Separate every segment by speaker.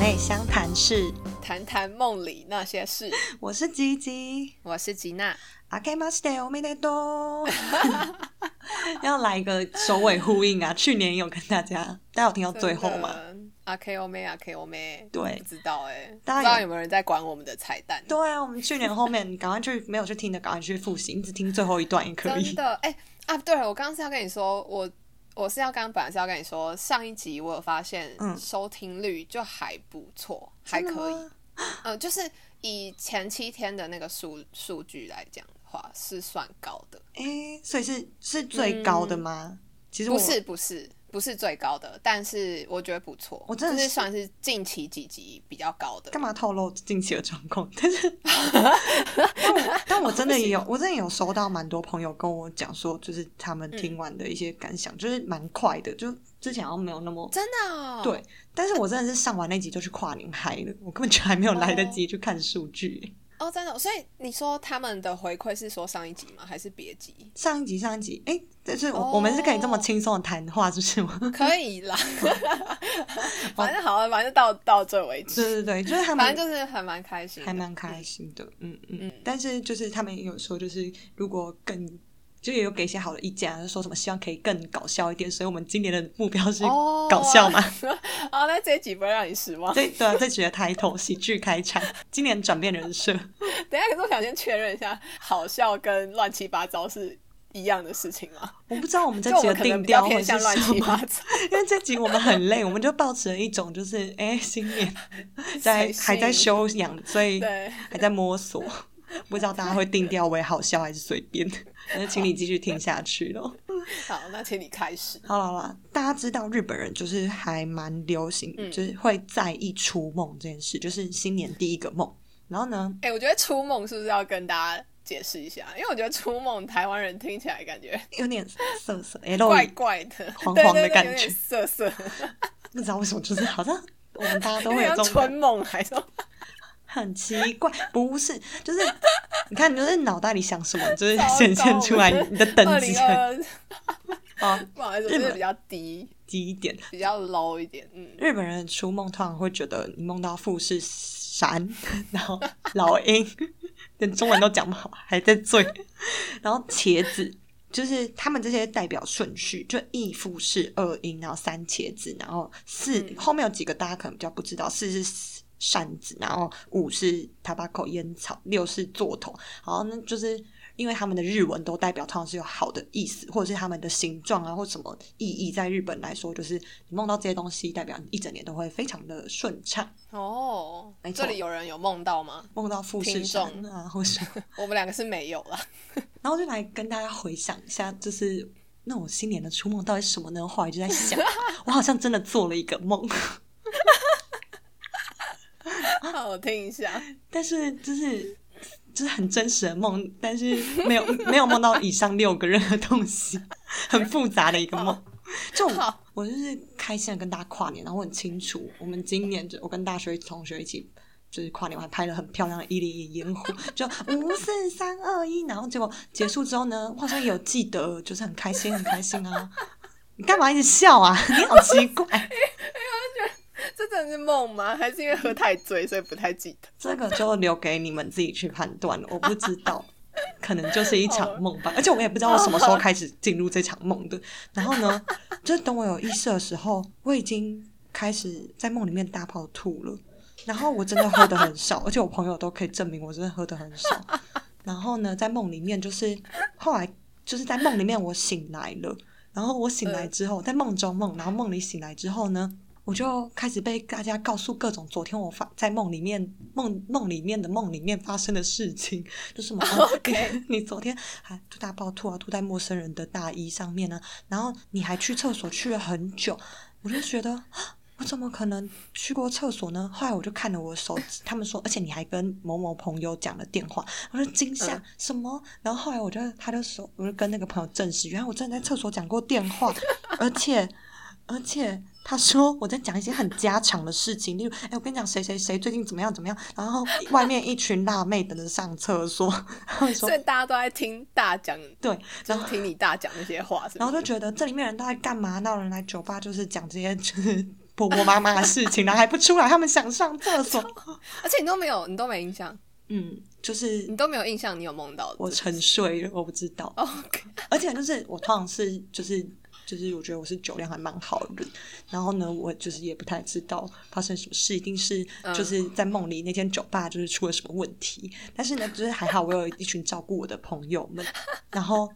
Speaker 1: 爱相谈室，
Speaker 2: 谈谈梦里那些事。
Speaker 1: 我是吉吉。
Speaker 2: 我是吉娜，
Speaker 1: 阿开马斯的欧美的多，要来一个首尾呼应啊！去年有跟大家，大家有听到最后吗？
Speaker 2: 真的？阿 K O 妹，阿啊 K O 妹，
Speaker 1: 对
Speaker 2: 不知道哎、不知
Speaker 1: 大家有
Speaker 2: 道有没有人在管我们的彩蛋？
Speaker 1: 对啊，我们去年后面你赶快去，没有去听的赶快去复习，你只听最后一段也可
Speaker 2: 真
Speaker 1: 以。
Speaker 2: 的哎、啊！对了，我刚刚是要跟你说，我我是要刚刚本来是要跟你说，上一集我有发现
Speaker 1: 嗯
Speaker 2: 收听率就还不错，还
Speaker 1: 真的
Speaker 2: 可以
Speaker 1: 吗。
Speaker 2: 呃，就是以前七天的那个数数据来讲的话，是算高的。
Speaker 1: 哎、所以是是最高的吗？其实我
Speaker 2: 不是不是不是最高的，但是我觉得不错，
Speaker 1: 我真的
Speaker 2: 就是是算是近期几集比较高的
Speaker 1: 干。嘛透露近期的状况？ 但是，但我但我真的也有，我真的有收到蛮多朋友跟我讲说，就是他们
Speaker 2: 嗯
Speaker 1: 听完的一些感想，就是蛮快的，就之前好像没有那么。
Speaker 2: 真的、哦？
Speaker 1: 对，但是我真的是上完那集就去跨年嗨了，我根本就还没有来得及去看数据。
Speaker 2: 哦，真的哦。所以你说他们的回馈是说上一集吗？还是别集？
Speaker 1: 上一集，上一集，哎、但是我、
Speaker 2: 哦
Speaker 1: 我们是可以这么轻松的谈话，是不是吗？
Speaker 2: 可以啦，反正好了，反正到到这为止，
Speaker 1: 对对对，就是他们
Speaker 2: 反正就是还蛮开心的，
Speaker 1: 还蛮开心的，嗯嗯。但是就是他们也有说，就是如果更就也有给一些好的意见、啊，就说什么希望可以更搞笑一点。所以我们今年的目标是
Speaker 2: 哦
Speaker 1: 搞笑嘛，
Speaker 2: 哦，那这一集不会让你失望。
Speaker 1: 这对啊，这集的抬头喜剧开场，今年转变人设。
Speaker 2: 等一下，可是我想先确认一下，好笑跟乱七八糟是一样的事情吗？
Speaker 1: 我不知道我们这
Speaker 2: 就我
Speaker 1: 集的
Speaker 2: 们可能
Speaker 1: 定
Speaker 2: 比较
Speaker 1: 调会
Speaker 2: 偏
Speaker 1: 是
Speaker 2: 向乱
Speaker 1: 什
Speaker 2: 七八
Speaker 1: 么，
Speaker 2: 糟，
Speaker 1: 因为这集我们很累，我们就抱持了一种就是哎，新年在
Speaker 2: 随性
Speaker 1: 还在休养，所以
Speaker 2: 对。
Speaker 1: 还在摸索。 不知道大家会定调为好笑还是随便，那请你继续听下去喽。
Speaker 2: 好，那请你开始。
Speaker 1: 好了好了，大家知道日本人就是还蛮流行，
Speaker 2: 嗯
Speaker 1: 就是会在意出梦这件事，就是新年第一个梦。然后呢，
Speaker 2: 哎、我觉得出梦是不是要跟大家解释一下？因为我觉得出梦台湾人听起来感觉
Speaker 1: 有点哎涩涩 L，
Speaker 2: 怪怪的，
Speaker 1: 黄
Speaker 2: 对
Speaker 1: 黄的
Speaker 2: 对对
Speaker 1: 感
Speaker 2: 有
Speaker 1: 觉
Speaker 2: 点涩涩，
Speaker 1: 不知道为什么，就是好像我们大家都
Speaker 2: 有
Speaker 1: 会有
Speaker 2: 点
Speaker 1: 这
Speaker 2: 像
Speaker 1: 种感
Speaker 2: 春梦还是？
Speaker 1: 很奇怪，不是，就是你看，你就是脑袋里想什么，就是
Speaker 2: 糟糕
Speaker 1: 显现出来你的等
Speaker 2: 二
Speaker 1: 级
Speaker 2: 零
Speaker 1: 很
Speaker 2: 二，
Speaker 1: 啊
Speaker 2: 不好意思，
Speaker 1: 日
Speaker 2: 就
Speaker 1: 本
Speaker 2: 是比较低，
Speaker 1: 低一点。
Speaker 2: 比较 low 一点。嗯，
Speaker 1: 日本人出梦通常会觉得你梦到富士山， 然后老鹰，连中文都讲不好，还在醉， 然后茄子，就是他们这些代表顺序，就一富士，二鹰，然后三茄子，然后四、
Speaker 2: 嗯
Speaker 1: 后面有几个大家可能比较不知道，四是扇子，然后五是 tobacco 烟草，六是座头，然后那就是。因为他们的日文都代表通常是有好的意思，或者是他们的形状啊，或什么意义，在日本来说，就是你梦到这些东西，代表你一整年都会非常的顺畅。
Speaker 2: 哦
Speaker 1: 没，错
Speaker 2: 这里有人有梦到吗？
Speaker 1: 梦到富士
Speaker 2: 听众
Speaker 1: 山啊，或什么
Speaker 2: 我们两个是没有啦。
Speaker 1: 然后就来跟大家回想一下，就是那我新年的初梦到底是什么呢？后来就在 想，我好像真的做了一个梦，
Speaker 2: 好，我听一下。
Speaker 1: 但是就是就是很真实的梦，但是 没有没有梦到以上六个任何东西， 很复杂的一个梦。就我
Speaker 2: 好
Speaker 1: 我就是开心的跟大家跨年，然后我很清楚，我们今年就我跟大学同学一起。就是跨年，我还拍了很漂亮的一列烟火， 就五四三二一，然后结果结束之后呢，我好像有记得，就是很开心，很开心啊！你干嘛一直笑啊？ 你好奇怪。
Speaker 2: 这真的是梦吗？还是因为喝太醉，所以不太记得？
Speaker 1: 这个就留给你们自己去判断了，我不知道，可能就是一场梦吧。而且我们也不知道我什么时候开始进入这场梦的。然后呢，就是等我有意识的时候，我已经开始在梦里面大泡吐了。然后我真的喝的很少，而且我朋友都可以证明我真的喝的很少。然后呢，在梦里面就是后来就是在梦里面我醒来了，然后我醒来之后，在梦中梦，然后梦里醒来之后呢，我就开始被大家告诉各种昨天我发在梦里面梦梦里面的梦里面发生的事情，就什么、啊
Speaker 2: OK
Speaker 1: 你昨天还吐大爆吐啊，吐在陌生人的大衣上面呢、啊然后你还去厕所去了很久，我就觉得。啊我怎么可能去过厕所呢？后来我就看了我手机，他们说，而且你还跟某某朋友讲了电话，我就惊吓、
Speaker 2: 嗯
Speaker 1: 什么？然后后来我就他就说，我就跟那个朋友证实，原来我真的在厕所讲过电话， 而且而且他说我在讲一些很家常的事情，例如，哎、我跟你讲谁谁谁最近怎么样怎么样，然后外面一群辣妹等着上厕所，然后说
Speaker 2: 所以大家都在听大讲，
Speaker 1: 对，
Speaker 2: 就
Speaker 1: 然
Speaker 2: 是
Speaker 1: 后
Speaker 2: 听你大讲那些话，是不是
Speaker 1: 然后就觉得这里面人都在干嘛？那有人来酒吧就是讲这些就是。婆婆妈妈的事情，然后还不出来，他们想上厕所。
Speaker 2: 而啊且你都没有，你都没印象，
Speaker 1: 嗯，就是
Speaker 2: 你都没有印象，你有梦到哦
Speaker 1: 我
Speaker 2: 这
Speaker 1: 沉睡了，我不知道。
Speaker 2: OK，
Speaker 1: 而且就是我通常是就是就是我觉得我是酒量还蛮好的人，然后呢，我就是也不太知道发生什么事，一定是
Speaker 2: 嗯
Speaker 1: 就是在梦里那间酒吧就是出了什么问题。但是呢，就是还好我有一群照顾我的朋友们，然后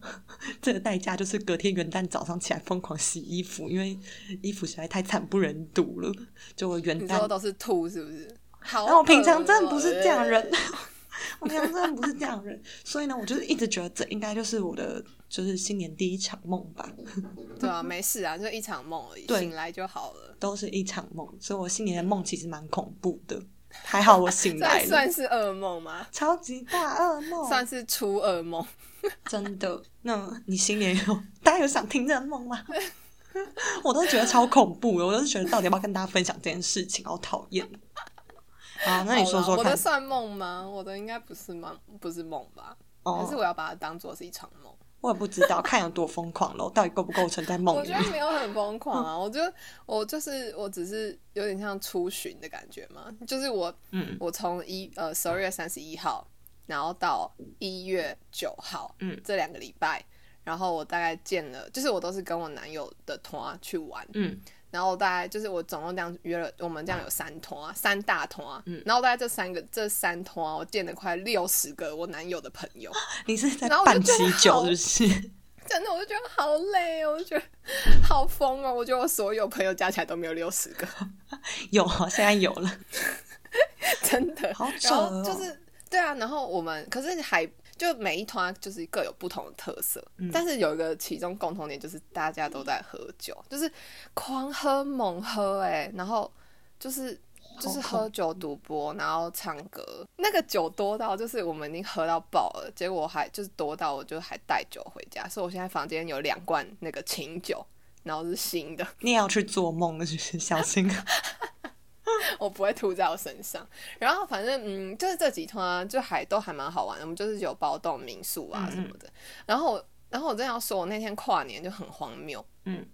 Speaker 1: 这个代价就是隔天元旦早上起来疯狂洗衣服，因为衣服实在太惨不忍睹了。就我元
Speaker 2: 你
Speaker 1: 旦
Speaker 2: 说都是吐是不是？好啊恶哦，
Speaker 1: 然后我平常真的不是这样人，
Speaker 2: 哦
Speaker 1: 我平常真的不是这样人，所以呢，我就是一直觉得这应该就是我的就是新年第一场梦吧，
Speaker 2: 对啊，没事啊，就一场梦而已，
Speaker 1: 对
Speaker 2: 醒来就好了。
Speaker 1: 都是一场梦，所以我新年的梦其实蛮恐怖的，还好我醒
Speaker 2: 这
Speaker 1: 来
Speaker 2: 还
Speaker 1: 了，
Speaker 2: 算是噩梦吗？
Speaker 1: 超级大噩梦，
Speaker 2: 算是初噩梦。
Speaker 1: 真的。那你新年有大家有想听这个梦吗？ 我都觉得超恐怖的，我都是觉得到底要不要跟大家分享这件事情，好讨厌。哦好， 那你说
Speaker 2: 好啦
Speaker 1: 说
Speaker 2: 我的
Speaker 1: 看，
Speaker 2: 算梦吗？我的应该不是梦，不是梦吧？还是
Speaker 1: 哦，
Speaker 2: 我要把它当做是一场梦？
Speaker 1: 我也不知道看有多疯狂咯，到底构不构成在梦
Speaker 2: 我
Speaker 1: 里
Speaker 2: 觉？得没有很疯 狂啊，我就我就是我只是有点像出巡的感觉嘛，就是我
Speaker 1: 嗯
Speaker 2: 我从一呃十二月三十一号，然后到一月九号，
Speaker 1: 嗯
Speaker 2: 这两个礼拜，然后我大概见了，就是我都是跟我男友的团去玩，
Speaker 1: 嗯
Speaker 2: 然后大概就是我总共这样约了，我们这样有三团，三大团，
Speaker 1: 嗯
Speaker 2: 然后大概这三个这三团，我见了快六十个我男友的朋友，
Speaker 1: 你是在
Speaker 2: 然后我就
Speaker 1: 办
Speaker 2: 觉得
Speaker 1: 喜酒
Speaker 2: 好
Speaker 1: 是不是？
Speaker 2: 真的，我就觉得好累哦，我就觉得好疯哦，我觉得我所有朋友加起来都没有六十个，
Speaker 1: 有啊，现在有了，
Speaker 2: 真的。
Speaker 1: 好扯
Speaker 2: 然后
Speaker 1: 哦。
Speaker 2: 就是对啊，然后我们可是还就每一团就是各有不同的特色，
Speaker 1: 嗯
Speaker 2: 但是有一个其中共同点就是大家都在喝酒，就是狂喝猛喝哎、然后就是。就是
Speaker 1: 好恐
Speaker 2: 喝酒赌博，然后唱歌，那个酒多到就是我们已经喝到爆了，结果我还就是多到我就还带酒回家，所以我现在房间有两罐那个琴酒，然后是新的，
Speaker 1: 你也要去做梦了，就是小心。
Speaker 2: 我不会吐在我身上。然后反正嗯，就是这几趟啊，就还都还蛮好玩的。我们就是有包栋民宿啊什么的。然后我，然后我真的要说，我那天跨年就很荒谬。
Speaker 1: 嗯，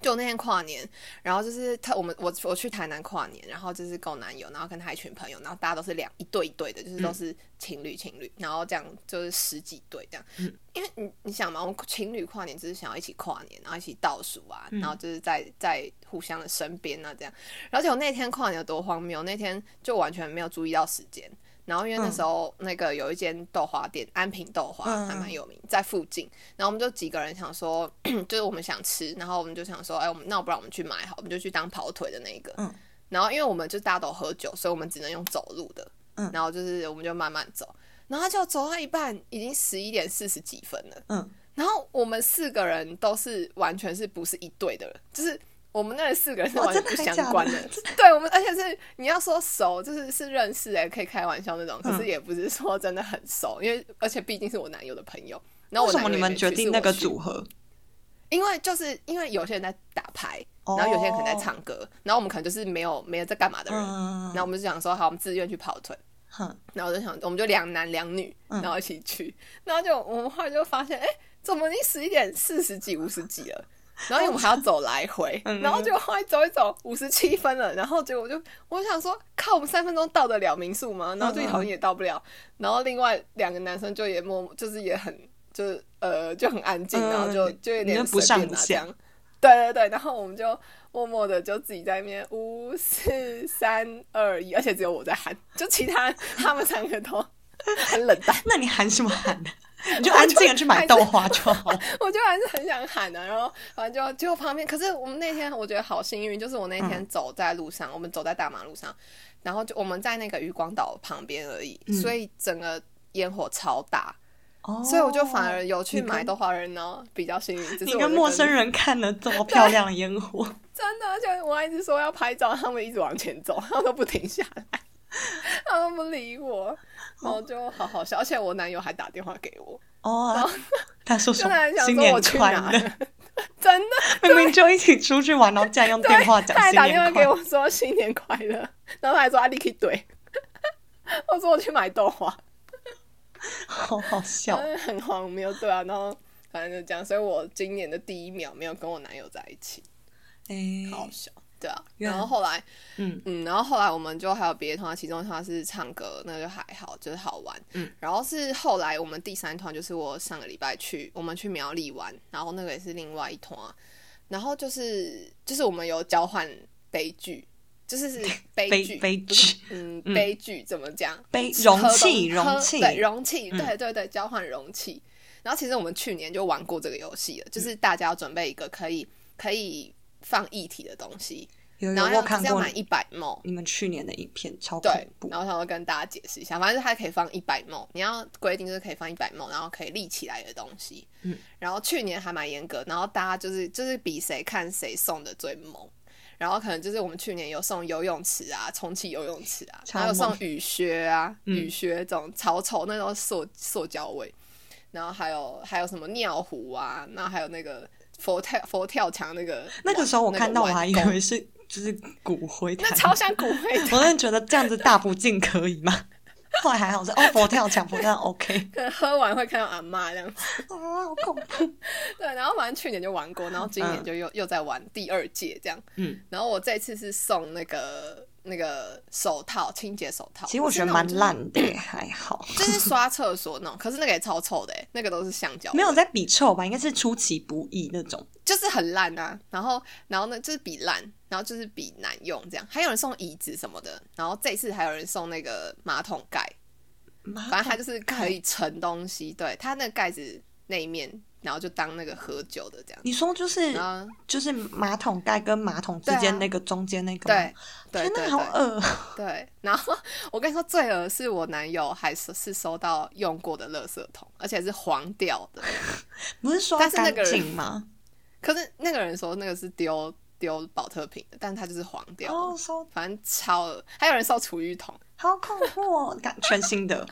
Speaker 2: 就那天跨年，然后就是他我们我我去台南跨年，然后就是跟我男友，然后跟他一群朋友，然后大家都是两一对一对的，
Speaker 1: 嗯
Speaker 2: 就是都是情侣情侣，然后这样就是十几对这样。
Speaker 1: 嗯
Speaker 2: 因为你你想嘛，我们情侣跨年就是想要一起跨年，然后一起倒数啊，
Speaker 1: 嗯
Speaker 2: 然后就是在在互相的身边啊这样。而且我那天跨年有多荒谬，那天就完全没有注意到时间。然后因为那时候那个有一间豆花店，安平豆花
Speaker 1: 嗯
Speaker 2: 还蛮有名，在附近。然后我们就几个人想说，就是我们想吃，然后我们就想说，哎，我们那不然我们去买好，我们就去当跑腿的那一个。
Speaker 1: 嗯
Speaker 2: 然后因为我们就大家都喝酒，所以我们只能用走路的。
Speaker 1: 嗯
Speaker 2: 然后就是我们就慢慢走，然后就走到一半，已经十一点四十几分了。
Speaker 1: 嗯，
Speaker 2: 然后我们四个人都是完全是不是一队的人，就是我们那四个人是
Speaker 1: 哇
Speaker 2: 完全不
Speaker 1: 真的还
Speaker 2: 相
Speaker 1: 假的
Speaker 2: 关的。对，我们而且是你要说熟，就是是认识哎、可以开玩笑那种，可
Speaker 1: 嗯
Speaker 2: 是也不是说真的很熟，因为而且毕竟是我男友的朋友。然后
Speaker 1: 为
Speaker 2: 我
Speaker 1: 什么
Speaker 2: 男
Speaker 1: 你
Speaker 2: 友
Speaker 1: 们
Speaker 2: 也没去
Speaker 1: 决定那个？
Speaker 2: 是我
Speaker 1: 组
Speaker 2: 去
Speaker 1: 合？
Speaker 2: 因为就是因为有些人在打牌，
Speaker 1: 哦
Speaker 2: 然后有些人可能在唱歌，然后我们可能就是没有没有在干嘛的人，
Speaker 1: 嗯
Speaker 2: 然后我们就想说好，我们自愿去跑腿。
Speaker 1: 哼，
Speaker 2: 然后我就想，我们就两男两女，
Speaker 1: 嗯
Speaker 2: 然后一起去，然后就我们后来就发现，哎，怎么已经十一点四十几、五十几了？然后因为我们还要走来回，
Speaker 1: 嗯
Speaker 2: 然后就后来走一走，五十七分了，然后结果我就我想说，靠，我们三分钟到得了民宿吗？然后就好
Speaker 1: 嗯
Speaker 2: 像也到不了，然后另外两个男生就也默默，就是也很就是呃就很安静，
Speaker 1: 嗯
Speaker 2: 然后就就有点
Speaker 1: 你就不
Speaker 2: 随便
Speaker 1: 上不
Speaker 2: 啊
Speaker 1: 下
Speaker 2: 这样。对对对，然后我们就默默的就自己在那边五四三二一，而且只有我在喊，就其他他们三 个都很冷淡，
Speaker 1: 那你喊什么喊呢？你就安静的去买豆花就好。
Speaker 2: 我就还是很想喊啊的、然后反正就就旁边，可是我们那天我觉得好幸运，就是我那
Speaker 1: 嗯
Speaker 2: 天走在路上，我们走在大马路上，然后就我们在那个渔光岛旁边而已，
Speaker 1: 嗯
Speaker 2: 所以整个烟火超大，
Speaker 1: 哦
Speaker 2: 所以我就反而有去
Speaker 1: 你跟
Speaker 2: 买豆花人呢，比较幸运。只是
Speaker 1: 你
Speaker 2: 我
Speaker 1: 跟
Speaker 2: 就
Speaker 1: 陌生人看了这么漂亮的烟火，
Speaker 2: 真的，而且我还一直说要拍照，他们一直往前走，他们都不停下 来，他们不理
Speaker 1: 哦
Speaker 2: 我，然后就好好笑。而且我男友还打电话给我，
Speaker 1: 哦啊，他说什
Speaker 2: 就来
Speaker 1: 么？
Speaker 2: 想
Speaker 1: 新
Speaker 2: 说我
Speaker 1: 年
Speaker 2: 去
Speaker 1: 快
Speaker 2: 哪
Speaker 1: 乐，
Speaker 2: 儿， 真的，
Speaker 1: 明明就一起出去玩，然后竟然用电话
Speaker 2: 他
Speaker 1: 讲
Speaker 2: 还
Speaker 1: 新
Speaker 2: 打电话
Speaker 1: 年快
Speaker 2: 给
Speaker 1: 乐。
Speaker 2: 我说新年快乐，然后他还说阿力可以怼， 我说我去买豆花，
Speaker 1: 好好笑，
Speaker 2: 嗯很荒谬，对啊，然后反正就这样，所以我今年的第一秒没有跟我男友在一起，
Speaker 1: 哎，
Speaker 2: 好好笑。对啊，
Speaker 1: 原来
Speaker 2: 然后后来，
Speaker 1: 嗯
Speaker 2: 嗯，然后后来我们就还有别的团，其中一团是唱歌，那个就还好，就是好玩。
Speaker 1: 嗯，
Speaker 2: 然后是后来我们第三团，就是我上个礼拜去，我们去苗栗玩，然后那个也是另外一团，啊然后就是就是我们有交换悲剧，就是 是悲
Speaker 1: 悲
Speaker 2: 剧
Speaker 1: 悲
Speaker 2: 不是
Speaker 1: 剧
Speaker 2: 嗯，
Speaker 1: 嗯
Speaker 2: 悲剧怎么讲？
Speaker 1: 杯
Speaker 2: 喝
Speaker 1: 容
Speaker 2: 东
Speaker 1: 器
Speaker 2: 喝
Speaker 1: 容器，
Speaker 2: 对容器，
Speaker 1: 嗯
Speaker 2: 对对对，交换容器。然后其实我们去年就玩过这个游戏了，
Speaker 1: 嗯
Speaker 2: 就是大家要准备一个可以可以放液体的东西，
Speaker 1: 有有
Speaker 2: 然后
Speaker 1: 我
Speaker 2: 要
Speaker 1: 看
Speaker 2: 是要
Speaker 1: 过
Speaker 2: 满一百 ml，
Speaker 1: 你们去年的影片，超恐
Speaker 2: 对，
Speaker 1: 怖
Speaker 2: 然。后想要跟大家解释一下，反正就是它可以放一百 ml，你要规定就是可以放一百 ml，然后可以立起来的东西。
Speaker 1: 嗯，
Speaker 2: 然后去年还蛮严格，然后大家就是就是比谁看谁送的最猛。然后可能就是我们去年有送游泳池啊，充气游泳池啊，
Speaker 1: 超
Speaker 2: 还有送
Speaker 1: 猛
Speaker 2: 雨靴啊，
Speaker 1: 嗯
Speaker 2: 雨靴这种超丑，那种塑塑胶味。然后还有还有什么尿壶啊，然后还有那个佛跳佛跳墙那个
Speaker 1: 那个时候我看到我
Speaker 2: 碗
Speaker 1: 还以
Speaker 2: 弓
Speaker 1: 为是就是骨灰坛
Speaker 2: 那，超像骨灰
Speaker 1: 我真的觉得这样子大不敬可以吗？后来还好是哦，佛跳墙佛跳墙 OK
Speaker 2: 可能喝完会看到阿妈这样子。
Speaker 1: 啊，好恐怖。
Speaker 2: 对，然后反正去年就玩过，然后今年就又、又在玩第二届这样。
Speaker 1: 嗯，
Speaker 2: 然后我这次是送那个那个手套，清洁手套。
Speaker 1: 其实我觉得蛮烂的，还好
Speaker 2: 是那种就是，就是刷厕所那种，可是那个也超臭的欸，那个都是橡胶，
Speaker 1: 没有在比臭吧，应该是出其不意那种。
Speaker 2: 就是很烂啊。然后然后呢，就是比烂，然后就是比难用这样。还有人送椅子什么的，然后这次还有人送那个马桶盖，
Speaker 1: 妈
Speaker 2: 反正它就是可以盛东西，对，它那个盖子那一面，然后就当那个喝酒的这样。
Speaker 1: 你说就是
Speaker 2: 然后
Speaker 1: 就是马桶盖跟马桶之
Speaker 2: 啊对
Speaker 1: 间
Speaker 2: 啊
Speaker 1: 那个中间那个吗，
Speaker 2: 对对
Speaker 1: 天
Speaker 2: 对
Speaker 1: 哪，好
Speaker 2: 对。
Speaker 1: 恶。
Speaker 2: 对， 然后我跟你说，最恶是我男友还是是收到用过的垃圾桶，而且是黄掉的。
Speaker 1: 不是说要
Speaker 2: 但是那
Speaker 1: 干
Speaker 2: 个人
Speaker 1: 净吗？
Speaker 2: 可是那个人说那个是丢丢保特瓶的，但他就是黄掉的
Speaker 1: 哦，收
Speaker 2: 反正超恶。还有人收厨余桶，
Speaker 1: 好恐怖哦，感全新的。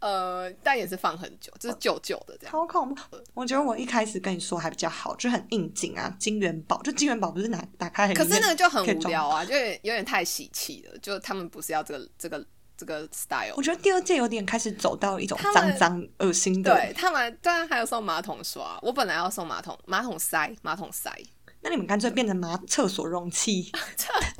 Speaker 2: 呃，但也是放很久，就是旧旧的这样。
Speaker 1: 哦超恐怖！我觉得我一开始跟你说还比较好，就很应景啊。金元宝就金元宝不是拿打开很
Speaker 2: 可是那个就很
Speaker 1: 可以
Speaker 2: 无
Speaker 1: 装
Speaker 2: 聊啊，就有点有点太喜气了，就他们不是要这个这个这个 style
Speaker 1: 我。觉得第二届有点开始走到一种
Speaker 2: 他们
Speaker 1: 脏脏恶心的。
Speaker 2: 对，他们，当然还有送马桶刷，我本来要送马桶马桶塞马桶塞，
Speaker 1: 那你们干脆变成拿厕所容器，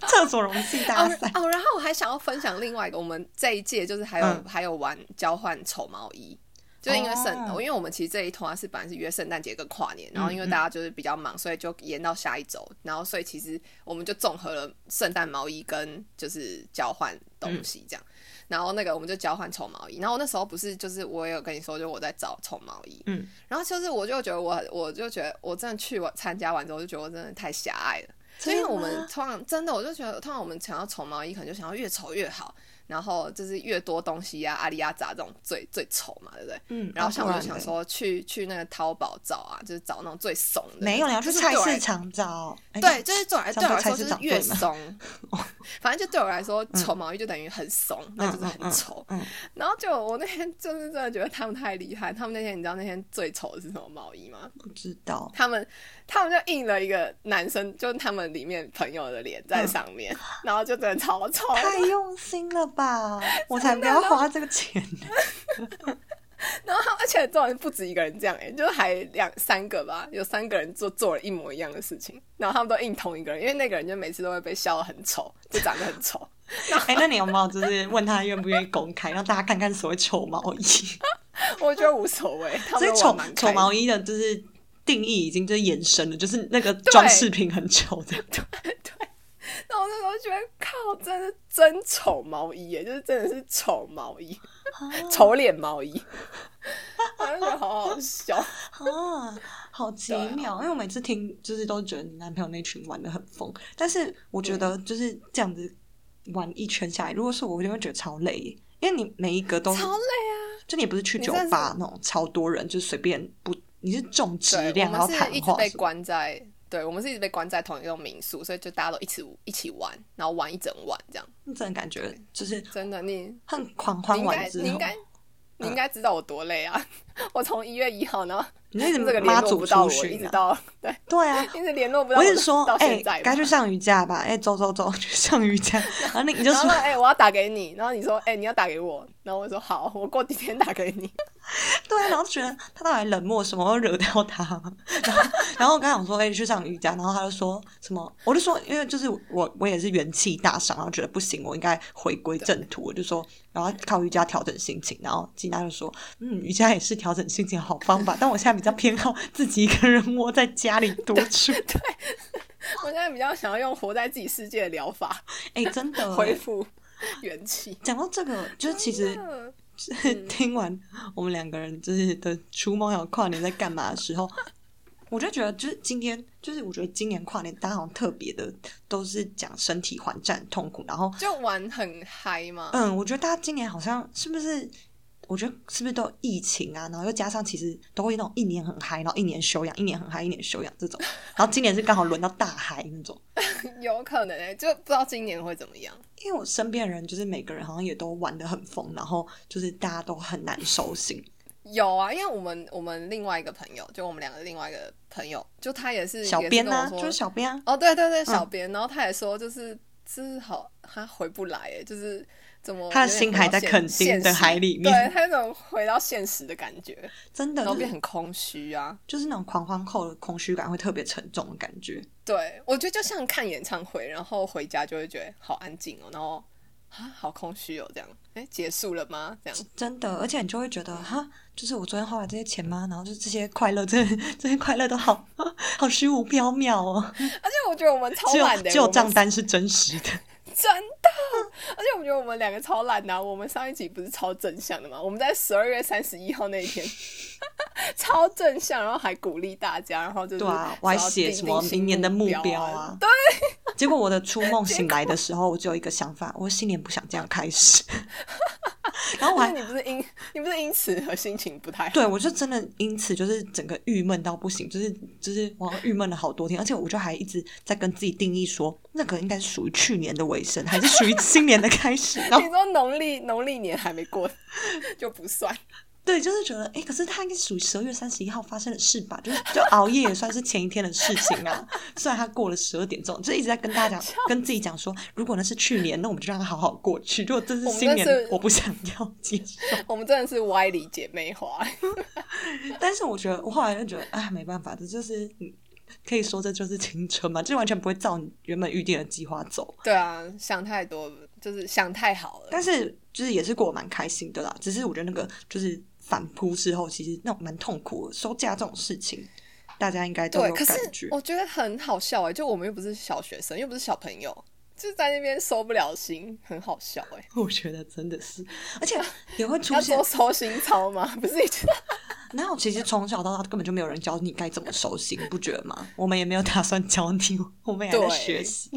Speaker 1: 厕所容器大
Speaker 2: 哦
Speaker 1: 赛。
Speaker 2: 哦，然后我还想要分享另外一个，我们这一届就是还有、
Speaker 1: 嗯
Speaker 2: 还有玩交换丑毛衣，就是因为圣，
Speaker 1: 哦嗯
Speaker 2: 因为我们其实这一团是本来是约圣诞节跟跨年，然后因为大家就是比较忙，所以就延到下一周，然后所以其实我们就综合了圣诞毛衣跟就是交换
Speaker 1: 嗯
Speaker 2: 东西这样。然后那个我们就交换丑毛衣，然后那时候不是就是我也有跟你说，就我在找丑毛衣，
Speaker 1: 嗯，
Speaker 2: 然后就是我就觉得我我就觉得我真的去完参加完之后，我就觉得我真的太狭隘了。所
Speaker 1: 真
Speaker 2: 以
Speaker 1: 的吗
Speaker 2: 我们通常真的，我就觉得通常我们想要丑毛衣，可能就想要越丑越好，然后就是越多东西呀、啊、阿里亚杂这种最最丑嘛，对不对？
Speaker 1: 嗯，
Speaker 2: 然后像我就
Speaker 1: 啊
Speaker 2: 想，说去去那个淘宝找啊，就是找那种最怂的
Speaker 1: 不然嘞没
Speaker 2: 那种，
Speaker 1: 有，你要去
Speaker 2: 就是
Speaker 1: 菜
Speaker 2: 对我来
Speaker 1: 市场找。哎
Speaker 2: 对，，就是对我来
Speaker 1: 想
Speaker 2: 对我
Speaker 1: 到
Speaker 2: 来
Speaker 1: 菜
Speaker 2: 说
Speaker 1: 市
Speaker 2: 就是
Speaker 1: 场
Speaker 2: 越
Speaker 1: 对吗嗯
Speaker 2: 怂， 反正就对我来说，丑毛衣就等于很怂，那就是很丑。
Speaker 1: 嗯嗯
Speaker 2: 然后就我那天就是真的觉得他们太厉害，他们那天你知道那天最丑的是什么毛衣吗？
Speaker 1: 不知道。
Speaker 2: 他们他们就印了一个男生，就是他们里面朋友的脸在上 面，然后就真的超丑。
Speaker 1: 太用心了吧！我 才不要花这个钱呢。
Speaker 2: 然后他而且重点是不止一个人这样、欸，就是还两三个吧，有三个人做做了一模一样的事情，然后他们都印同一个人，因为那个人就每次都会被笑得很丑， 就长得很丑。
Speaker 1: 哎，那你有没有就是问他愿不愿意公开，让大家看看所谓丑毛衣？
Speaker 2: 我觉得无所谓，
Speaker 1: 所
Speaker 2: 他们
Speaker 1: 以
Speaker 2: 都玩
Speaker 1: 丑
Speaker 2: 蛮开
Speaker 1: 丑
Speaker 2: 心
Speaker 1: 毛衣的就是定义已经就是延伸了，就是那个装饰品很丑 的。
Speaker 2: 然后我那时候觉得，靠，真的真丑毛衣耶，就是真的是丑毛衣，
Speaker 1: 啊
Speaker 2: 丑脸毛衣，我就觉得 好好笑。
Speaker 1: 啊，好奇妙！因为我每次听就是都觉得你男朋友那群玩的很疯，但是我觉得就是这样子玩一圈下来，如果是我，我就会觉得超累耶，因为你每一个都
Speaker 2: 超累啊！
Speaker 1: 就你不是去
Speaker 2: 你
Speaker 1: 酒
Speaker 2: 真的
Speaker 1: 吧那种超多人，就随便不，你是重 质
Speaker 2: 对，
Speaker 1: 量
Speaker 2: 我
Speaker 1: 然后
Speaker 2: 们
Speaker 1: 谈
Speaker 2: 是一直
Speaker 1: 话
Speaker 2: 被
Speaker 1: 什么，
Speaker 2: 关在，对我们是一直被关在同一个民宿，所以就大家都一起一起玩，然后玩一整晚这样。
Speaker 1: 你真的感觉就是
Speaker 2: 真的，你
Speaker 1: 很狂
Speaker 2: 你
Speaker 1: 欢
Speaker 2: 应该
Speaker 1: 完之
Speaker 2: 你应
Speaker 1: 后，
Speaker 2: 该你应该知道我多累啊！ 我从一月一号，然后
Speaker 1: 你那
Speaker 2: 这个
Speaker 1: 直
Speaker 2: 联
Speaker 1: 妈
Speaker 2: 络
Speaker 1: 祖
Speaker 2: 不到
Speaker 1: 出
Speaker 2: 我，一
Speaker 1: 巡
Speaker 2: 直
Speaker 1: 啊，
Speaker 2: 到对，
Speaker 1: 对啊，
Speaker 2: 一直联络不到
Speaker 1: 我
Speaker 2: 我。
Speaker 1: 是说，
Speaker 2: 到
Speaker 1: 哎
Speaker 2: 现在，吧
Speaker 1: 该去上瑜伽吧，哎，走走走，去上瑜 伽，然后你你就
Speaker 2: 然后
Speaker 1: 说
Speaker 2: 说，哎、我要打给你，然后你说，哎、你要打给我，然后我说好，我过几天打给你。
Speaker 1: 对啊，然后就觉得他到底冷漠什么，我惹掉他 吗？然后，然后我刚想说，哎、去上瑜伽，然后他就说什么，我就说，因为就是我我也是元气大伤，然后觉得不行，我应该回归正途，我就说，然后靠瑜伽调整心情。然后金娜就说，嗯，瑜伽也是调整心情的好方法，但我现在比较偏好自己一个人窝在家里独处。
Speaker 2: 我现在比较想要用活在自己世界的疗法
Speaker 1: 哎、真的
Speaker 2: 恢复元气。
Speaker 1: 讲到这个，就是其实
Speaker 2: 真的
Speaker 1: 是
Speaker 2: 嗯
Speaker 1: 听完我们两个人就是的除毛友跨年在干嘛的时候， 我就觉得就是今天，就是我觉得今年跨年大家好像特别的都是讲身体缓战痛苦，然后
Speaker 2: 就玩很嗨嘛，
Speaker 1: 嗯，我觉得大家今年好像是不是？我觉得是不是都有疫情啊？然后又加上其实都会那种一年很嗨，然后一年休养，一年很嗨，一年休养这 种。然后今年是刚好轮到大嗨那种。
Speaker 2: 有可能哎、就不知道今年会怎么样。
Speaker 1: 因为我身边的人就是每个人好像也都玩的很疯，然后就是大家都很难收心。
Speaker 2: 有啊，因为我们我们另外一个朋友，就我们两个另外一个朋友，就他也是
Speaker 1: 小编啊，就是
Speaker 2: 也跟我说
Speaker 1: 小编啊，
Speaker 2: 哦，对对对，小编，然后他也说就是是好，他回不来哎，就是怎么
Speaker 1: 他的心还在垦丁的海里面
Speaker 2: 有点回到现现实对，他有种回到现实的感觉，
Speaker 1: 真的
Speaker 2: 然后
Speaker 1: 就
Speaker 2: 变
Speaker 1: 是
Speaker 2: 很空虚啊。
Speaker 1: 就是那种狂欢后的空虚感会特别沉重的感觉。
Speaker 2: 对，我觉得就像看演唱会，然后回家就会觉得好安静哦，然后啊好空虚哦，这样，哎，结束了吗？这样，
Speaker 1: 真的，而且你就会觉得哈，就是我昨天花了这些钱吗？然后就是这些快乐，这 这些快乐都好 好虚无缥缈哦，
Speaker 2: 而且我觉得我们超
Speaker 1: 只有
Speaker 2: 懒的，
Speaker 1: 只有
Speaker 2: 我们
Speaker 1: 账单是真实 的。
Speaker 2: 真的，而且我觉得我们两个超懒的啊、我们上一集不是超正向的吗？我们在十二月三十一号那 一天超正向，然后还鼓励大家，然后就是
Speaker 1: 对啊，我还写什么明年的目
Speaker 2: 目
Speaker 1: 标啊
Speaker 2: 啊？？
Speaker 1: 对。 结果我的初梦醒来的时候， 我只有一个想法，我新年不想这样开始。 然后我
Speaker 2: 但
Speaker 1: 还
Speaker 2: 是你不是因你不是因此而心情不太好？
Speaker 1: 对，我就真的因此就是整个郁闷到不行，就是就是我郁闷了好多天，而且我就还一直在跟自己定义说，那个应该是属于去年的尾声，还是属于今年的开始？然后
Speaker 2: 你说农历农历年还没过 就不算，
Speaker 1: 对，就是觉得哎，诶可是它应该是属于十二月三十一号发生的事吧？就是就熬夜也算是前一天的事情啊。虽然它过了十二点钟，就一直在跟大家讲，跟自己讲说，如果那是去年，那我们就让它好好过去；如果这是
Speaker 2: 我们
Speaker 1: 新
Speaker 2: 这
Speaker 1: 年
Speaker 2: 是，
Speaker 1: 我不想要接受。
Speaker 2: 我们真的是歪理姐妹花。
Speaker 1: 但是我觉得，我后来就觉得，哎，没办法，这就是嗯可以说这就是青春嘛，这完全不会照你原本预定的计划走。
Speaker 2: 对啊，想太多，就是想太好了。
Speaker 1: 但是就是也是过得蛮开心的啦，只是我觉得那个就是反扑之后，其实那种蛮痛苦的。收假这种事情，大家应该都
Speaker 2: 对，
Speaker 1: 有
Speaker 2: 可
Speaker 1: 感
Speaker 2: 是
Speaker 1: 觉。
Speaker 2: 我觉得很好笑哎、就我们又不是小学生，又不是小朋友，就在那边收不了心，很好笑哎、
Speaker 1: 我觉得真的是，而 且也会出
Speaker 2: 要
Speaker 1: 现
Speaker 2: 多。收心操吗？ 不是已经，
Speaker 1: 然后其实从小到大根本就没有人教你该怎么收心，不觉得吗？我们也没有打算教你，我们也还在
Speaker 2: 对
Speaker 1: 学习。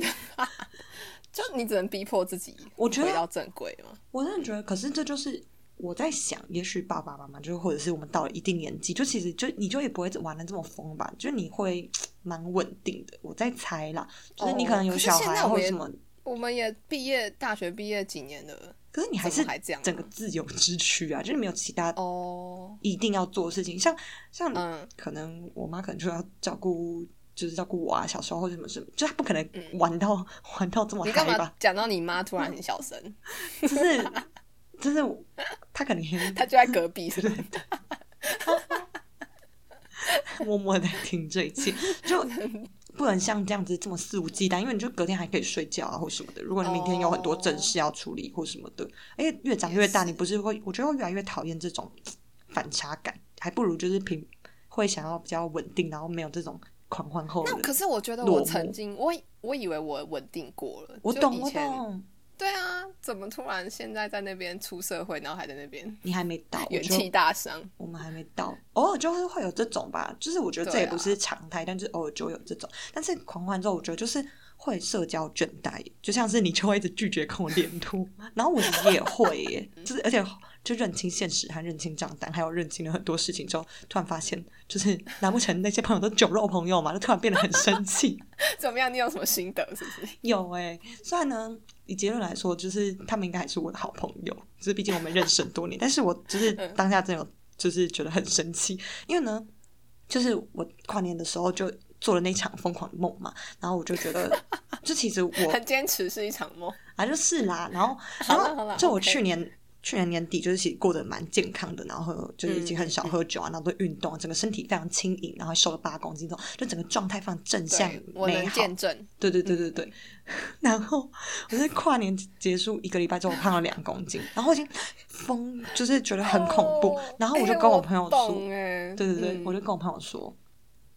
Speaker 2: 就你只能逼迫自己，
Speaker 1: 我觉得
Speaker 2: 回到正轨嘛。
Speaker 1: 我真的觉得，可是这就是我在想，也许爸爸妈妈就或者是我们到了一定年纪，就其实就你就也不会玩的这么疯吧，就你会蛮稳定的。我在猜啦，就是你可能有
Speaker 2: 哦可是
Speaker 1: 小
Speaker 2: 现
Speaker 1: 孩啊
Speaker 2: 在我
Speaker 1: 或
Speaker 2: 也
Speaker 1: 什么，
Speaker 2: 我们也毕业，大学毕业几年了
Speaker 1: 可是你还
Speaker 2: 怎么
Speaker 1: 是
Speaker 2: 还这样啊
Speaker 1: 整个自由之躯啊，就是没有其他
Speaker 2: 哦，
Speaker 1: 一定要做的事情，像像
Speaker 2: 嗯，
Speaker 1: 可能我妈可能就要照顾，就是照顾我啊，小时候或者什么什么，就她不可能玩到、玩到这么
Speaker 2: 嗯你干
Speaker 1: 嗨
Speaker 2: 嘛
Speaker 1: 吧，
Speaker 2: 讲到你妈突然很小声？
Speaker 1: 就是就是她可能也
Speaker 2: 她就在隔 壁，是不是？
Speaker 1: 默默地在听这一切， 就不能像这样子这么肆无忌惮，因为你就隔天还可以睡觉啊或什么的。如果你明天有很多正事要处理或什么的，而且越长越大，
Speaker 2: 也是
Speaker 1: 你不是会，我觉得会越来越讨厌这种反差感，还不如就是平会想要比较稳定，然后没有这种狂欢后
Speaker 2: 那
Speaker 1: 的。
Speaker 2: 可是我觉得
Speaker 1: 落寞
Speaker 2: 我曾经，我以我以为我稳定过了，
Speaker 1: 我
Speaker 2: 就
Speaker 1: 懂，
Speaker 2: 以
Speaker 1: 我
Speaker 2: 前
Speaker 1: 懂。
Speaker 2: 对啊，怎么突然现在在那边出社会，然后还在那边
Speaker 1: 你还没到，我
Speaker 2: 元
Speaker 1: 觉得
Speaker 2: 气大伤？
Speaker 1: 我们还没到，偶尔就是会有这种吧，就是我觉得这
Speaker 2: 对
Speaker 1: 也
Speaker 2: 啊
Speaker 1: 不是常态，但是偶尔就有这种。但是狂欢之后，我觉得就是会社交倦怠，就像是你就会一直拒绝跟我联络， 然后我也会耶，就是而且就认清现实，还认清账单，还有认清了很多事情之后，突然发现就是难不成那些朋友都酒肉朋友嘛，就突然变得很生气。
Speaker 2: 怎么样？你有什么心得？是不是？
Speaker 1: 有哎、虽然呢，以结论来说，就是他们应该还是我的好朋友，就是毕竟我们认识很多年。但是我就是
Speaker 2: 嗯
Speaker 1: 当下真的有，就是觉得很生气，因为呢，就是我跨年的时候就做了那场疯狂的梦嘛，然后我就觉得，就其实我
Speaker 2: 很坚持是一场梦。
Speaker 1: 啊，就是啦。然后，然
Speaker 2: 好啦好
Speaker 1: 后
Speaker 2: 啦
Speaker 1: 就我
Speaker 2: OK
Speaker 1: 去年去年年底就是其实过得蛮健康的，然后就是
Speaker 2: 嗯
Speaker 1: 已经很少喝酒啊，然后都运动，整个身体非常轻盈，然后瘦了八公斤之后，就整个状态非常正向
Speaker 2: 对，我
Speaker 1: 美
Speaker 2: 能
Speaker 1: 好。
Speaker 2: 见证。
Speaker 1: 对对对对嗯对。 然后我在跨年结束一个礼拜之后，我胖了两公斤，然后我已经疯，就是觉得很恐怖。
Speaker 2: 哦
Speaker 1: 然后我就
Speaker 2: 哎
Speaker 1: 跟我朋友说，
Speaker 2: 懂哎
Speaker 1: 对对对，
Speaker 2: 嗯
Speaker 1: 我就跟我朋友说，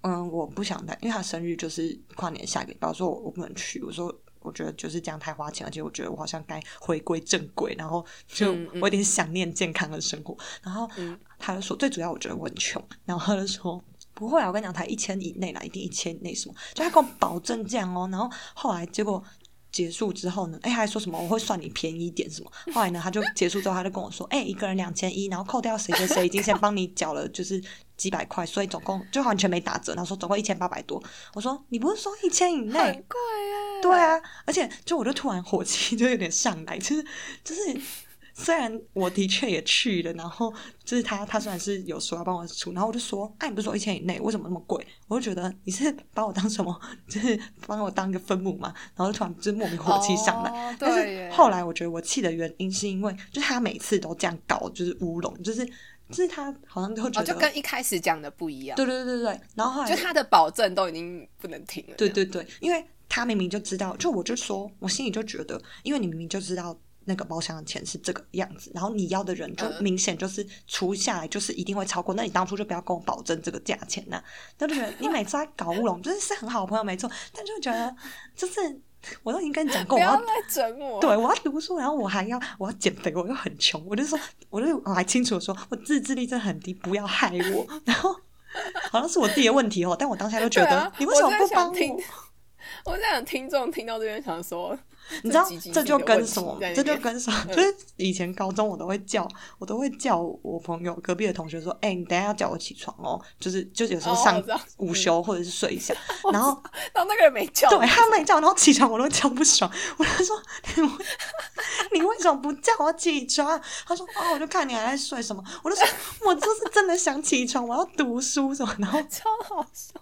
Speaker 1: 嗯，我不想带，因为他生日就是跨年下个礼拜，我说我我不能去，我说我觉得就是这样太花钱，而且我觉得我好像该回归正轨，然后就
Speaker 2: 嗯嗯
Speaker 1: 我有点想念健康的生活。然后
Speaker 2: 嗯
Speaker 1: 他就说，最主要我觉得我很穷，然后他就说。不会啊，我跟你讲，才一千以内啦，一定一千以内什么，就他跟我保证这样哦。然后后来结果结束之后呢，哎，还说什么我会算你便宜一点什么。后来呢，他就结束之后，他就跟我说，哎，一个人两千一，然后扣掉谁谁谁已经先帮你缴了，就是几百块，所以总共就完全没打折。然后说总共一千八百多。我说你不是说一千以 内
Speaker 2: 很？贵哎，
Speaker 1: 对啊，而且就我就突然火气 就有点上来，就是就是。虽然我的确也去了，然后就是他，他虽然是有说要帮我出，然后我就说，哎、你不是说一千以内，为什么那么贵？我就觉得你是把我当什么，就是把我当一个分母嘛，然后就突然就是莫名火气上来。
Speaker 2: 来
Speaker 1: 但
Speaker 2: 哦对
Speaker 1: 是
Speaker 2: 耶，
Speaker 1: 后来我觉得我气的原因是因为，就是他每次都这样搞，就是乌龙，就是就是他好像都觉
Speaker 2: 哦，
Speaker 1: 得，
Speaker 2: 就跟一开始讲的不一样，
Speaker 1: 对对对对对，然后后来
Speaker 2: 就他的保证都已经不能停了，
Speaker 1: 对对对，因为他明明就知道，就我就说，我心里就觉得，因为你明明就知道那个包厢的钱是这个样子，然后你要的人就
Speaker 2: 嗯
Speaker 1: 明显就是除下来就是一定会超过，那你当初就不要跟我保证这个价钱呐、那就觉得你每次在搞乌龙，就是是很好的朋友没错，但就觉得就是我都已经跟你讲过，我
Speaker 2: 不要
Speaker 1: 要
Speaker 2: 来整我，
Speaker 1: 对，我要读书，然后我还要我要减肥，我又很穷，我就说，我就我还清楚的说，我自制力真的很低，不要害我。 然后好像是我自己的问题哦，但我当下就觉
Speaker 2: 对
Speaker 1: 得，
Speaker 2: 啊
Speaker 1: 你为什么
Speaker 2: 我
Speaker 1: 不
Speaker 2: 真的
Speaker 1: 帮
Speaker 2: 想
Speaker 1: 我？
Speaker 2: 听我在想听众听到这边想说，
Speaker 1: 你知道
Speaker 2: 几集
Speaker 1: 这
Speaker 2: 自己
Speaker 1: 就
Speaker 2: 的
Speaker 1: 跟
Speaker 2: 问
Speaker 1: 什
Speaker 2: 题
Speaker 1: 么
Speaker 2: 在？那
Speaker 1: 这就
Speaker 2: 边
Speaker 1: 跟什 么？
Speaker 2: 嗯
Speaker 1: 就是以前高中我都会叫，我都会叫我朋友隔壁的同学说：“哎、你等一下要叫我起床哦。”就是就是有时候
Speaker 2: 哦
Speaker 1: 上
Speaker 2: 我知道
Speaker 1: 午休或者是睡一 下，然后
Speaker 2: 然后那个人没叫，
Speaker 1: 对他没叫，然后起床我都叫不爽，我就说你为你为什么不叫我起床？他说哦，我就看你还在睡什么，我就说我就是真的想起床，我要读书什么，然后
Speaker 2: 超好笑，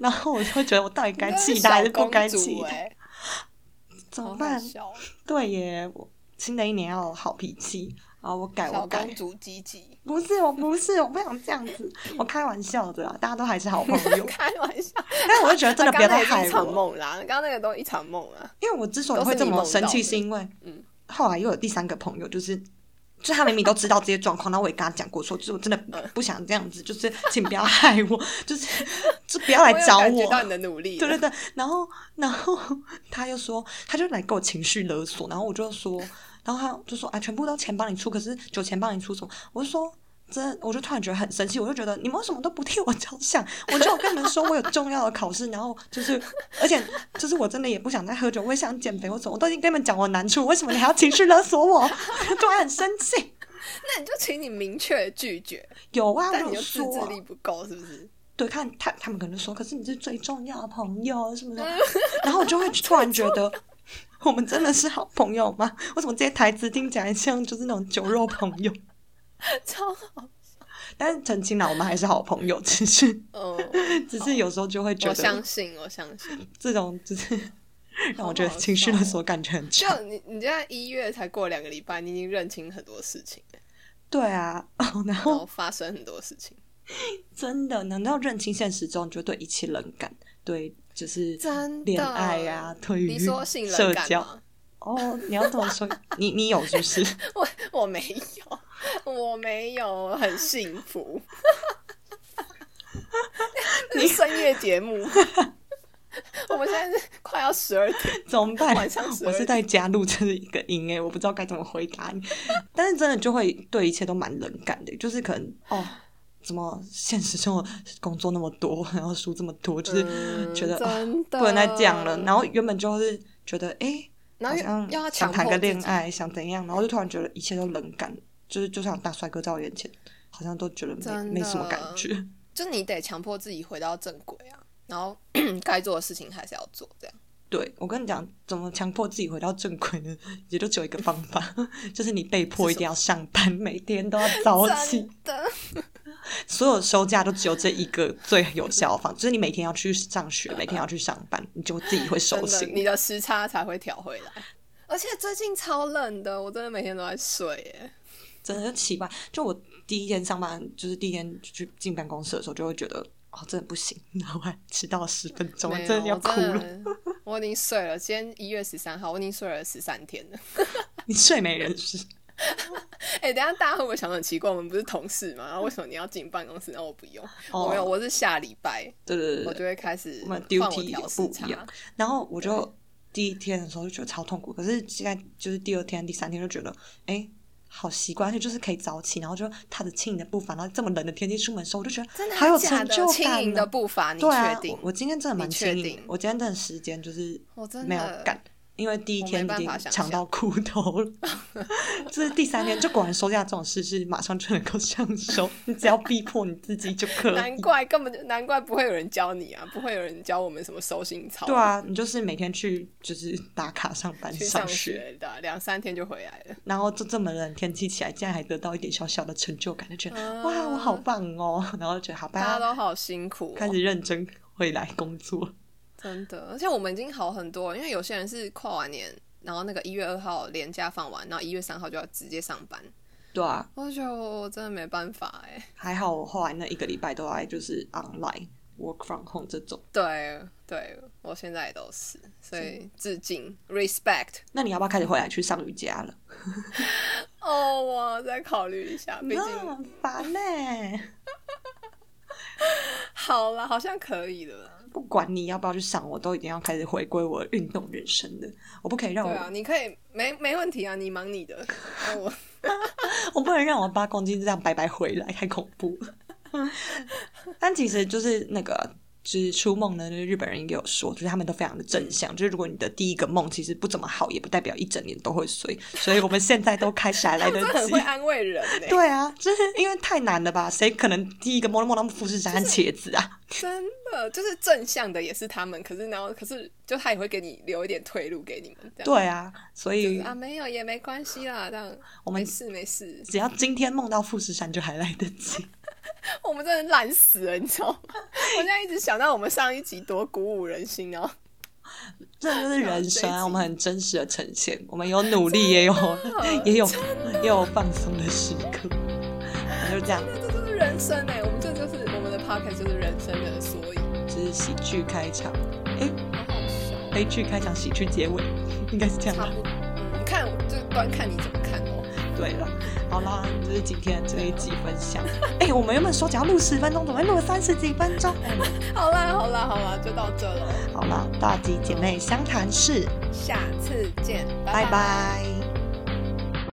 Speaker 1: 然后我就会觉得我到底 该
Speaker 2: 你真的
Speaker 1: 气他还
Speaker 2: 小
Speaker 1: 是不
Speaker 2: 公
Speaker 1: 该
Speaker 2: 主
Speaker 1: 气他，
Speaker 2: 欸
Speaker 1: 怎
Speaker 2: 好
Speaker 1: 么
Speaker 2: 欸好
Speaker 1: 办？
Speaker 2: 笑，
Speaker 1: 对耶，我新的一年要有好脾气啊！我改，我
Speaker 2: 小
Speaker 1: 改
Speaker 2: 公，主吉吉，
Speaker 1: 不是我不是我不想这样 子，我开玩笑的啊啦，大家都还是好朋友，
Speaker 2: 开玩笑，
Speaker 1: 但我就觉得真的不要
Speaker 2: 刚刚
Speaker 1: 再
Speaker 2: 那个
Speaker 1: 害
Speaker 2: 是一场
Speaker 1: 我，
Speaker 2: 梦啦，刚刚那个都一场梦啊啦，
Speaker 1: 因为我之所以会这么生气，是因为
Speaker 2: 嗯
Speaker 1: 后来又有第三个朋友，就是。就他明明都知道这些状况，然后我也跟他讲过说，就是我真的不
Speaker 2: 嗯
Speaker 1: 不想这样子，就是请不要害我， 就是就不要来
Speaker 2: 我有
Speaker 1: 找
Speaker 2: 感觉
Speaker 1: 我。啊
Speaker 2: 到你的努力
Speaker 1: 对
Speaker 2: 了，
Speaker 1: 对对，然后然后他又说，他就来给我情绪勒索，然后我就说，然后他就说啊，全部都钱帮你出，可是酒钱帮你出什么？我就说。真，我就突然觉得很生气，我就觉得你们为什么都不替我着想？我就有跟你们说我有重要的考试，然后就是，而且就是我真的也不想再喝酒，我也想减肥，我怎么我都已经跟你们讲我难处，为什么你还要情绪勒索我？ 突然很生气。
Speaker 2: 那你就请你明确拒绝，
Speaker 1: 有啊，我
Speaker 2: 但你
Speaker 1: 有
Speaker 2: 就自
Speaker 1: 说
Speaker 2: 制
Speaker 1: 啊、
Speaker 2: 力不够，是 不是？
Speaker 1: 对，看他他们可能说，可是你是最重要的朋友什么的，
Speaker 2: 嗯
Speaker 1: 然后我 就会突然觉得，我们真的是好朋友吗？为什么这些台词听起来像就是那种酒肉朋友？
Speaker 2: 超好，
Speaker 1: 但是澄清了，我们还是好朋友，只是
Speaker 2: 嗯，
Speaker 1: 只是有时候就会 觉
Speaker 2: 我相
Speaker 1: 得
Speaker 2: 信，我相信。
Speaker 1: 这种就是让我觉得
Speaker 2: 好好
Speaker 1: 情绪
Speaker 2: 笑
Speaker 1: 勒索感觉很
Speaker 2: 就
Speaker 1: 差。
Speaker 2: 你，你现在一月才过两个礼拜，你已经认清很多事情，
Speaker 1: 哦对啊，哦然
Speaker 2: 然
Speaker 1: 后
Speaker 2: 后发生很多事情，
Speaker 1: 真的能够认清现实之后，你就对一切冷感，对就是
Speaker 2: 真的。
Speaker 1: 恋爱呀、对于
Speaker 2: 你说性
Speaker 1: 社
Speaker 2: 冷感
Speaker 1: 交。
Speaker 2: 吗？
Speaker 1: 哦，你要这么说，你你有是不是？
Speaker 2: 我我没有，我没有，我很幸 福。你深夜节目，我们现在是快要十二点，
Speaker 1: 怎么办？
Speaker 2: 晚上12
Speaker 1: 我是在家录这一个音哎，我不知道该怎么回答你。 但是真的就会对一切都蛮冷感的，就是可能哦，怎么现实生活工作那么多，然后书这么多，就是
Speaker 2: 嗯
Speaker 1: 觉得、啊
Speaker 2: 真的
Speaker 1: 不能再这样了。然后原本就是觉得哎，
Speaker 2: 然
Speaker 1: 好
Speaker 2: 后
Speaker 1: 像
Speaker 2: 嗯又要
Speaker 1: 想
Speaker 2: 强迫
Speaker 1: 谈个
Speaker 2: 自己
Speaker 1: 恋爱，想怎样，然后就突然觉得一切都冷感，就是就像大帅哥在我眼前，好像都觉得
Speaker 2: 真的
Speaker 1: 没没什么感觉。
Speaker 2: 就你得强迫自己回到正轨啊，然后 该做的事情还是要做，这样。
Speaker 1: 对我跟你讲，怎么强迫自己回到正轨呢？也就只有一个方法， 就是你被迫一定要上班， 每天都要早起
Speaker 2: 真，的，
Speaker 1: 所有休假都只有这一个最有效的方法，就是你每天要去上学，每天要去上班，你就自己会
Speaker 2: 真
Speaker 1: 收
Speaker 2: 的，你
Speaker 1: 心。
Speaker 2: 的时差才会调回来。而且最近超冷的，我真的每天都在睡耶。
Speaker 1: 真的就奇怪。就我第一天上班，就是第一天去进办公室的时候，就会觉得哦，真的不行，然后还迟到十分钟，
Speaker 2: 没有
Speaker 1: 真的要哭
Speaker 2: 我
Speaker 1: 了。
Speaker 2: 真的 我已经睡了，今天一月十三号，我已经睡了十三天了。
Speaker 1: 你睡美人是？
Speaker 2: 哎、等一下大家会不会想得很奇怪？我们不是同事吗？然啊后为什么你要进办公室？然后我不用，
Speaker 1: 哦
Speaker 2: 我没有，我是下礼拜
Speaker 1: 对对对
Speaker 2: 我
Speaker 1: 对
Speaker 2: 就会开始
Speaker 1: 我
Speaker 2: 嗯换
Speaker 1: 们
Speaker 2: 我
Speaker 1: duty
Speaker 2: 调
Speaker 1: 有
Speaker 2: 时
Speaker 1: 不
Speaker 2: 差
Speaker 1: 一。样然后我就第一天的时候就觉得超痛苦，可是现在就是第二天、第三天就觉得，哎，好习惯，而且就是可以早起，然后就踏着轻盈的步伐，然后这么冷的天气出门的时候，我就觉得
Speaker 2: 真的
Speaker 1: 还有
Speaker 2: 假
Speaker 1: 成
Speaker 2: 的
Speaker 1: 就
Speaker 2: 轻
Speaker 1: 感
Speaker 2: 盈
Speaker 1: 呢
Speaker 2: 的步伐，你
Speaker 1: 对啊
Speaker 2: 确，定
Speaker 1: 我？我今天真的蛮
Speaker 2: 你确
Speaker 1: 轻盈
Speaker 2: 定
Speaker 1: 的，我今天真的时间就是
Speaker 2: 我真的
Speaker 1: 没有赶，因为第一
Speaker 2: 我没
Speaker 1: 天已
Speaker 2: 办
Speaker 1: 经
Speaker 2: 法想
Speaker 1: 抢到裤头 了，就是第三天就果然收假这种事是马上就能够享 受，你只要逼迫你自己就可
Speaker 2: 难
Speaker 1: 以。
Speaker 2: 怪根本就难怪不会有人教你啊，不会有人教我们什么收心操，
Speaker 1: 对，啊，你就是每天去就是 打卡上班
Speaker 2: 去
Speaker 1: 上
Speaker 2: 上学的两三天就回来了。
Speaker 1: 然后就这么冷的天气起来，竟然还得到一点小小的成就感，就觉得、
Speaker 2: 嗯
Speaker 1: 哇，我好棒哦！ 然后就觉得好
Speaker 2: 大
Speaker 1: 吧，
Speaker 2: 家都好辛苦、
Speaker 1: 开
Speaker 2: 哦，
Speaker 1: 始认真回来工 作。
Speaker 2: 真的。而且我们已经好很多了，因为有些人是跨完年，然后那个一月二号连假放完，然后一月三号就要直接上班。
Speaker 1: 对啊，
Speaker 2: 我就觉得我真的没办法哎、
Speaker 1: 还好我后来那一个礼拜都在就是 online work from home 这种。
Speaker 2: 对对，我现在也都是，所以致敬，respect。
Speaker 1: 那你要不要开始回来去上瑜伽了？
Speaker 2: 哦，我再考虑一下，毕
Speaker 1: 那
Speaker 2: 竟
Speaker 1: 很烦欸呢、
Speaker 2: 好了，好像可以了啦。
Speaker 1: 不管你要不要去上，我都一定要开始回归我的运动人生的。我不可以让我，
Speaker 2: 对啊，你可以没没问题啊，你忙你的，
Speaker 1: 哦
Speaker 2: 那我
Speaker 1: 我不能让我八公斤这样白白回来，太恐怖。但其实就是那个。就是出梦呢，就是日本人也有说，就是他们都非常的正向。就是如果你的第一个梦其实不怎么好，也不代表一整年都会衰。所以我们现在都开始还来得
Speaker 2: 真的很
Speaker 1: 及
Speaker 2: 会。安慰人欸呢、
Speaker 1: 对啊，就是因为太难了吧？谁可能第一个梦到梦到富士山和茄子啊？
Speaker 2: 真的就是正向的也是他们，可是然后可是就他也会给你留一点退路给你们，这样
Speaker 1: 对啊，所以
Speaker 2: 就是啊没有也没关系啦，这样
Speaker 1: 我们
Speaker 2: 没事没事，
Speaker 1: 只要今天梦到富士山就还来得及。
Speaker 2: 我们真的懒死了，你知道吗？ 我现在一直想到我们上一集多鼓舞人心哦，
Speaker 1: 这就是人生
Speaker 2: 这一
Speaker 1: 啊，
Speaker 2: 集
Speaker 1: 我们很真实的呈现，我们有努力，也有也有也有放松的时刻，那就这样，
Speaker 2: 这就是人生哎、我们这就是我们的 podcast 就是人生的缩影，
Speaker 1: 就是喜剧开场，诶，
Speaker 2: 好好笑，哦
Speaker 1: 悲剧开场，喜剧结尾，应该是这样
Speaker 2: 差
Speaker 1: 吧
Speaker 2: 不？多，嗯，看我就端看你怎么看哦，
Speaker 1: 对了，好啦，就是今天这一集分 享。诶，我们原本说只要录十分钟，怎么会录了三十几分钟？
Speaker 2: 好啦好啦好啦，就到这了，
Speaker 1: 好啦，大吉姐妹相谈室，
Speaker 2: 下次见，
Speaker 1: 拜
Speaker 2: 拜
Speaker 1: 拜。